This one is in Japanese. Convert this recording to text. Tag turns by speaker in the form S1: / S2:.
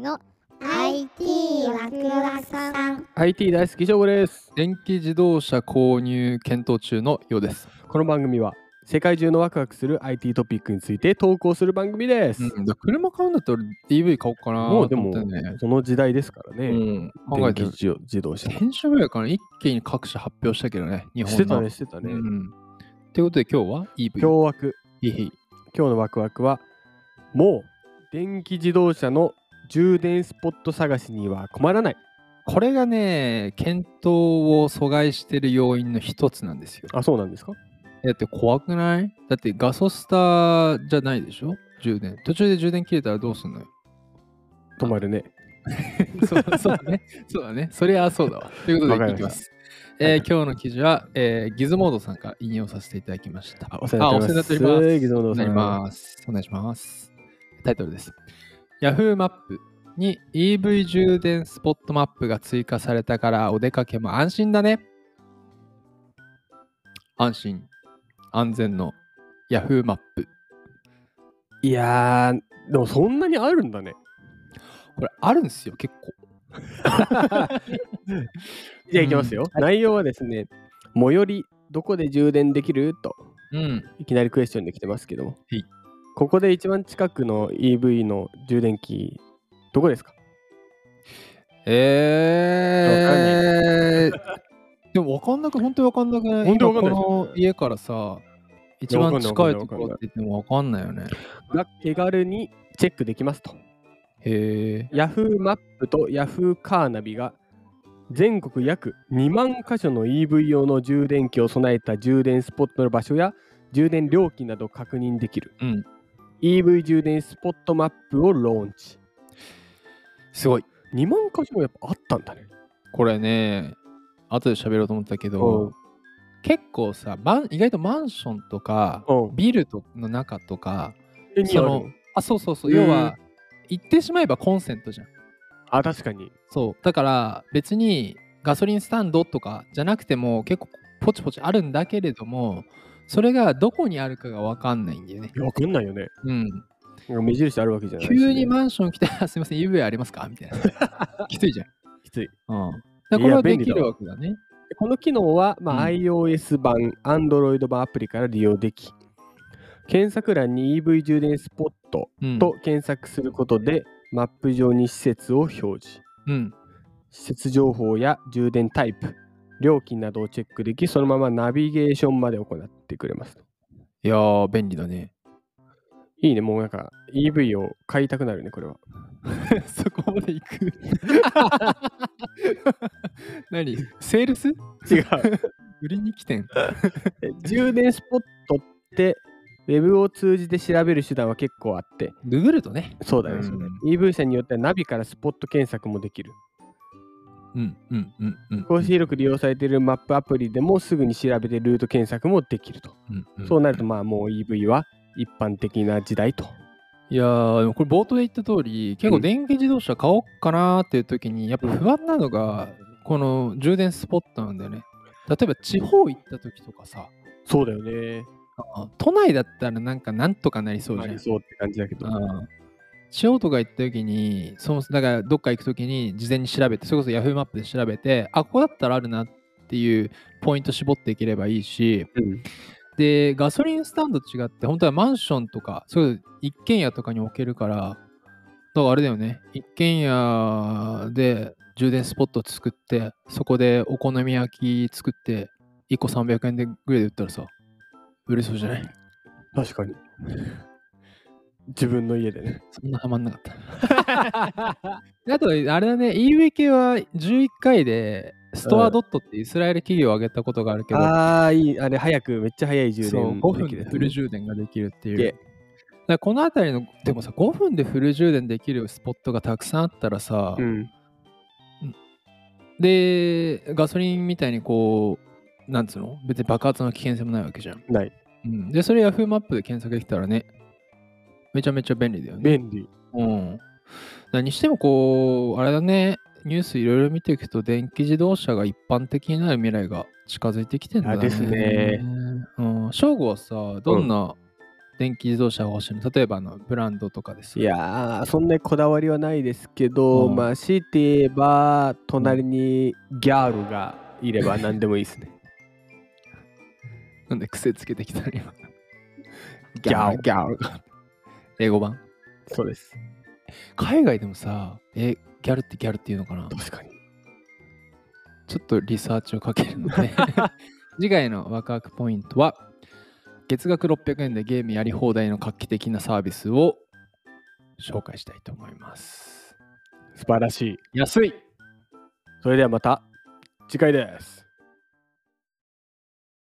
S1: の IT ワクワクさん
S2: IT 大好き翔吾です
S3: 電気自動車購入検討中のようです。
S2: この番組は世界中のワクワクする IT トピックについて投稿する番組です、
S3: うん、だから車買うんだったら EV 買おうかな
S2: もう
S3: と
S2: で
S3: 思
S2: も
S3: ってね。
S2: その時代ですから
S3: う
S2: ね、
S3: ん、考え
S2: 電気
S3: て
S2: 自
S3: る。
S2: 動自動車し
S3: 先週ぐらいから一気に各社発表したけどね、日本の。
S2: てたねしてた
S3: う
S2: ね、
S3: ん。ということで今日は EV。
S2: 今日ワク
S3: いい
S2: 今日のワクワクはもう電気自動車の充電スポット探しには困らない
S3: これがね、検討を阻害してる要因の一つなんですよ。
S2: あそうなんですか
S3: だって怖くないだってガソスターじゃないでしょ充電。途中で充電切れたらどうすんのよ。
S2: 止まるね
S3: そうそうだね。そうだね。そりゃそうだわ。ということ
S2: わか
S3: で、
S2: り
S3: い
S2: ま
S3: き
S2: した
S3: ます。えー今日の記事は、えーギズモードさんから引用させていただきました。
S2: あお世話になっております
S3: あお世話になっております
S2: ギズモードさん
S3: お願いしますお願いします。タイトルです。Yahoo マップに EV 充電スポットマップが追加されたからお出かけも安心だね。安心、安全の Yahoo マップ。
S2: いやーでもそんなにあるんだね
S3: これあるんですよ、結構。
S2: じゃあいきますよ、内容はですね最寄りどこで充電できると
S3: うん。
S2: いきなりクエスチョンできてますけども、
S3: はい
S2: ここで一番近くの EV の充電器どこですか
S3: えー、でも分かんなく、本当に分かんなくない
S2: 本当に分かんない
S3: 今この家からさ、一番近いところって言っても分かんないよね。
S2: が手軽にチェックできますと
S3: へえ。
S2: Yahoo マップと Yahoo カーナビが全国約2万箇所の EV 用の充電器を備えた充電スポットの場所や充電料金などを確認できる、
S3: うん
S2: EV 充電スポットマップをローンチ
S3: すごい。
S2: 2万箇所もやっぱあったんだね
S3: これね、後で喋ろうと思ったけ
S2: う
S3: ど
S2: ん、
S3: 結構さ、マン意外とマンションとか、
S2: うん
S3: ビルとの中とか、
S2: え
S3: そのあ、そうそうそう、
S2: へー
S3: 要は、言ってしまえばコンセントじゃん。
S2: あ確かに
S3: そうだから別にガソリンスタンドとかじゃなくても結構ポチポチあるんだけれどもそれがどこにあるかが分かんないんだよね。
S2: 分かんないよね
S3: うん、
S2: なんか目印あるわけじゃないしね
S3: 急にマンション来て あ「すいません EV ありますか?」みたいな。 きついじゃん。
S2: きつい
S3: うん、だからこれ
S2: いや
S3: は
S2: 便
S3: で
S2: 利
S3: き
S2: だ
S3: るわけだね。
S2: でこの機能は、まあ
S3: うん
S2: iOS 版、Android 版アプリから利用でき、検索欄に EV 充電スポット
S3: うん、
S2: と検索することで、マップ上に施設を表示。
S3: うん、
S2: 施設情報や充電タイプ、料金などをチェックでき、そのままナビゲーションまで行ってくれます。
S3: いやー便利だね。
S2: いいね、もうなんか EV を買いたくなるね、これは。
S3: そこまで行く。 何セールス
S2: 違う。
S3: 売りに来てん。
S2: 充電スポットって、ウェブを通じて調べる手段は結構あって、
S3: ググるとね。
S2: そうだね、
S3: うん
S2: そうだね EV 車によってはナビからスポット検索もできる。
S3: うんうんうんうん。
S2: こうして広く利用されているマップアプリでもすぐに調べてルート検索もできると。
S3: うんうん
S2: そうなると、まあもう EV は一般的な時代と。
S3: いやーでもこれ冒頭で言った通り結
S2: う
S3: 構
S2: ん
S3: 電気自動車買おうかなーっていう時にやっぱ不安なのがこの充電スポットなんだよね例えば地方行った時とかさ
S2: そうだよね。
S3: あ都内だったらなんかなんとかなりそうじ
S2: あ
S3: ゃん
S2: りそうって感じだけど。
S3: うん地方とか行った時にそもそもだからどっか行く時に事前に調べてそれこそ Yahoo マップで調べてあここだったらあるなっていうポイント絞っていければいいし
S2: うん
S3: でガソリンスタンドと違って本当はマンションとかそういう一軒家とかに置けるからだからあれだよね一軒家で充電スポット作ってそこでお好み焼き作って1個300円でぐらいで売ったらさ売れそうじゃない
S2: 確かに。自分の家でね。
S3: そんなハマんなかった。あと、あれだね、EV 系は11回で、ストアドットってイスラエル企業を挙げたことがあるけど、
S2: ああ、いい。あれ、早く、めっちゃ早い充
S3: そう
S2: 電
S3: 5
S2: で
S3: 分
S2: きる
S3: で
S2: やつ
S3: フ
S2: ね
S3: ル充電ができるっていう。
S2: いけ
S3: だからこの辺りの、でもさ、5分でフル充電できるスポットがたくさんあったらさ、
S2: うん。
S3: で、ガソリンみたいにこう、なんつうの別に爆発の危険性もないわけじゃん。
S2: ない。
S3: うん、で、それ Yahoo マップで検索できたらね、めちゃめちゃ便利だよね。
S2: 便利。
S3: うん。だにしてもこう、あれだね、ニュースいろいろ見ていくと、電気自動車が一般的になる未来が近づいてきてるんだね。
S2: あですね。
S3: うん。正吾はさ、どんな電気自動車が欲しいの例えばあのブランドとかです
S2: いやーそんなにこだわりはないですけど、
S3: うん
S2: まあ強いて言えば隣にギャルがいれば何でもいいですね
S3: なんで癖つけてきたの今
S2: ギャオ
S3: ギャオ英語版
S2: そうです
S3: 海外でもさえギャルってギャルっていうのかな
S2: 確かに
S3: ちょっとリサーチをかけるの で次回のワクワクポイントは月額600円でゲームやり放題の画期的なサービスを紹介したいと思います
S2: 素晴らしい
S3: 安い
S2: それではまた次回です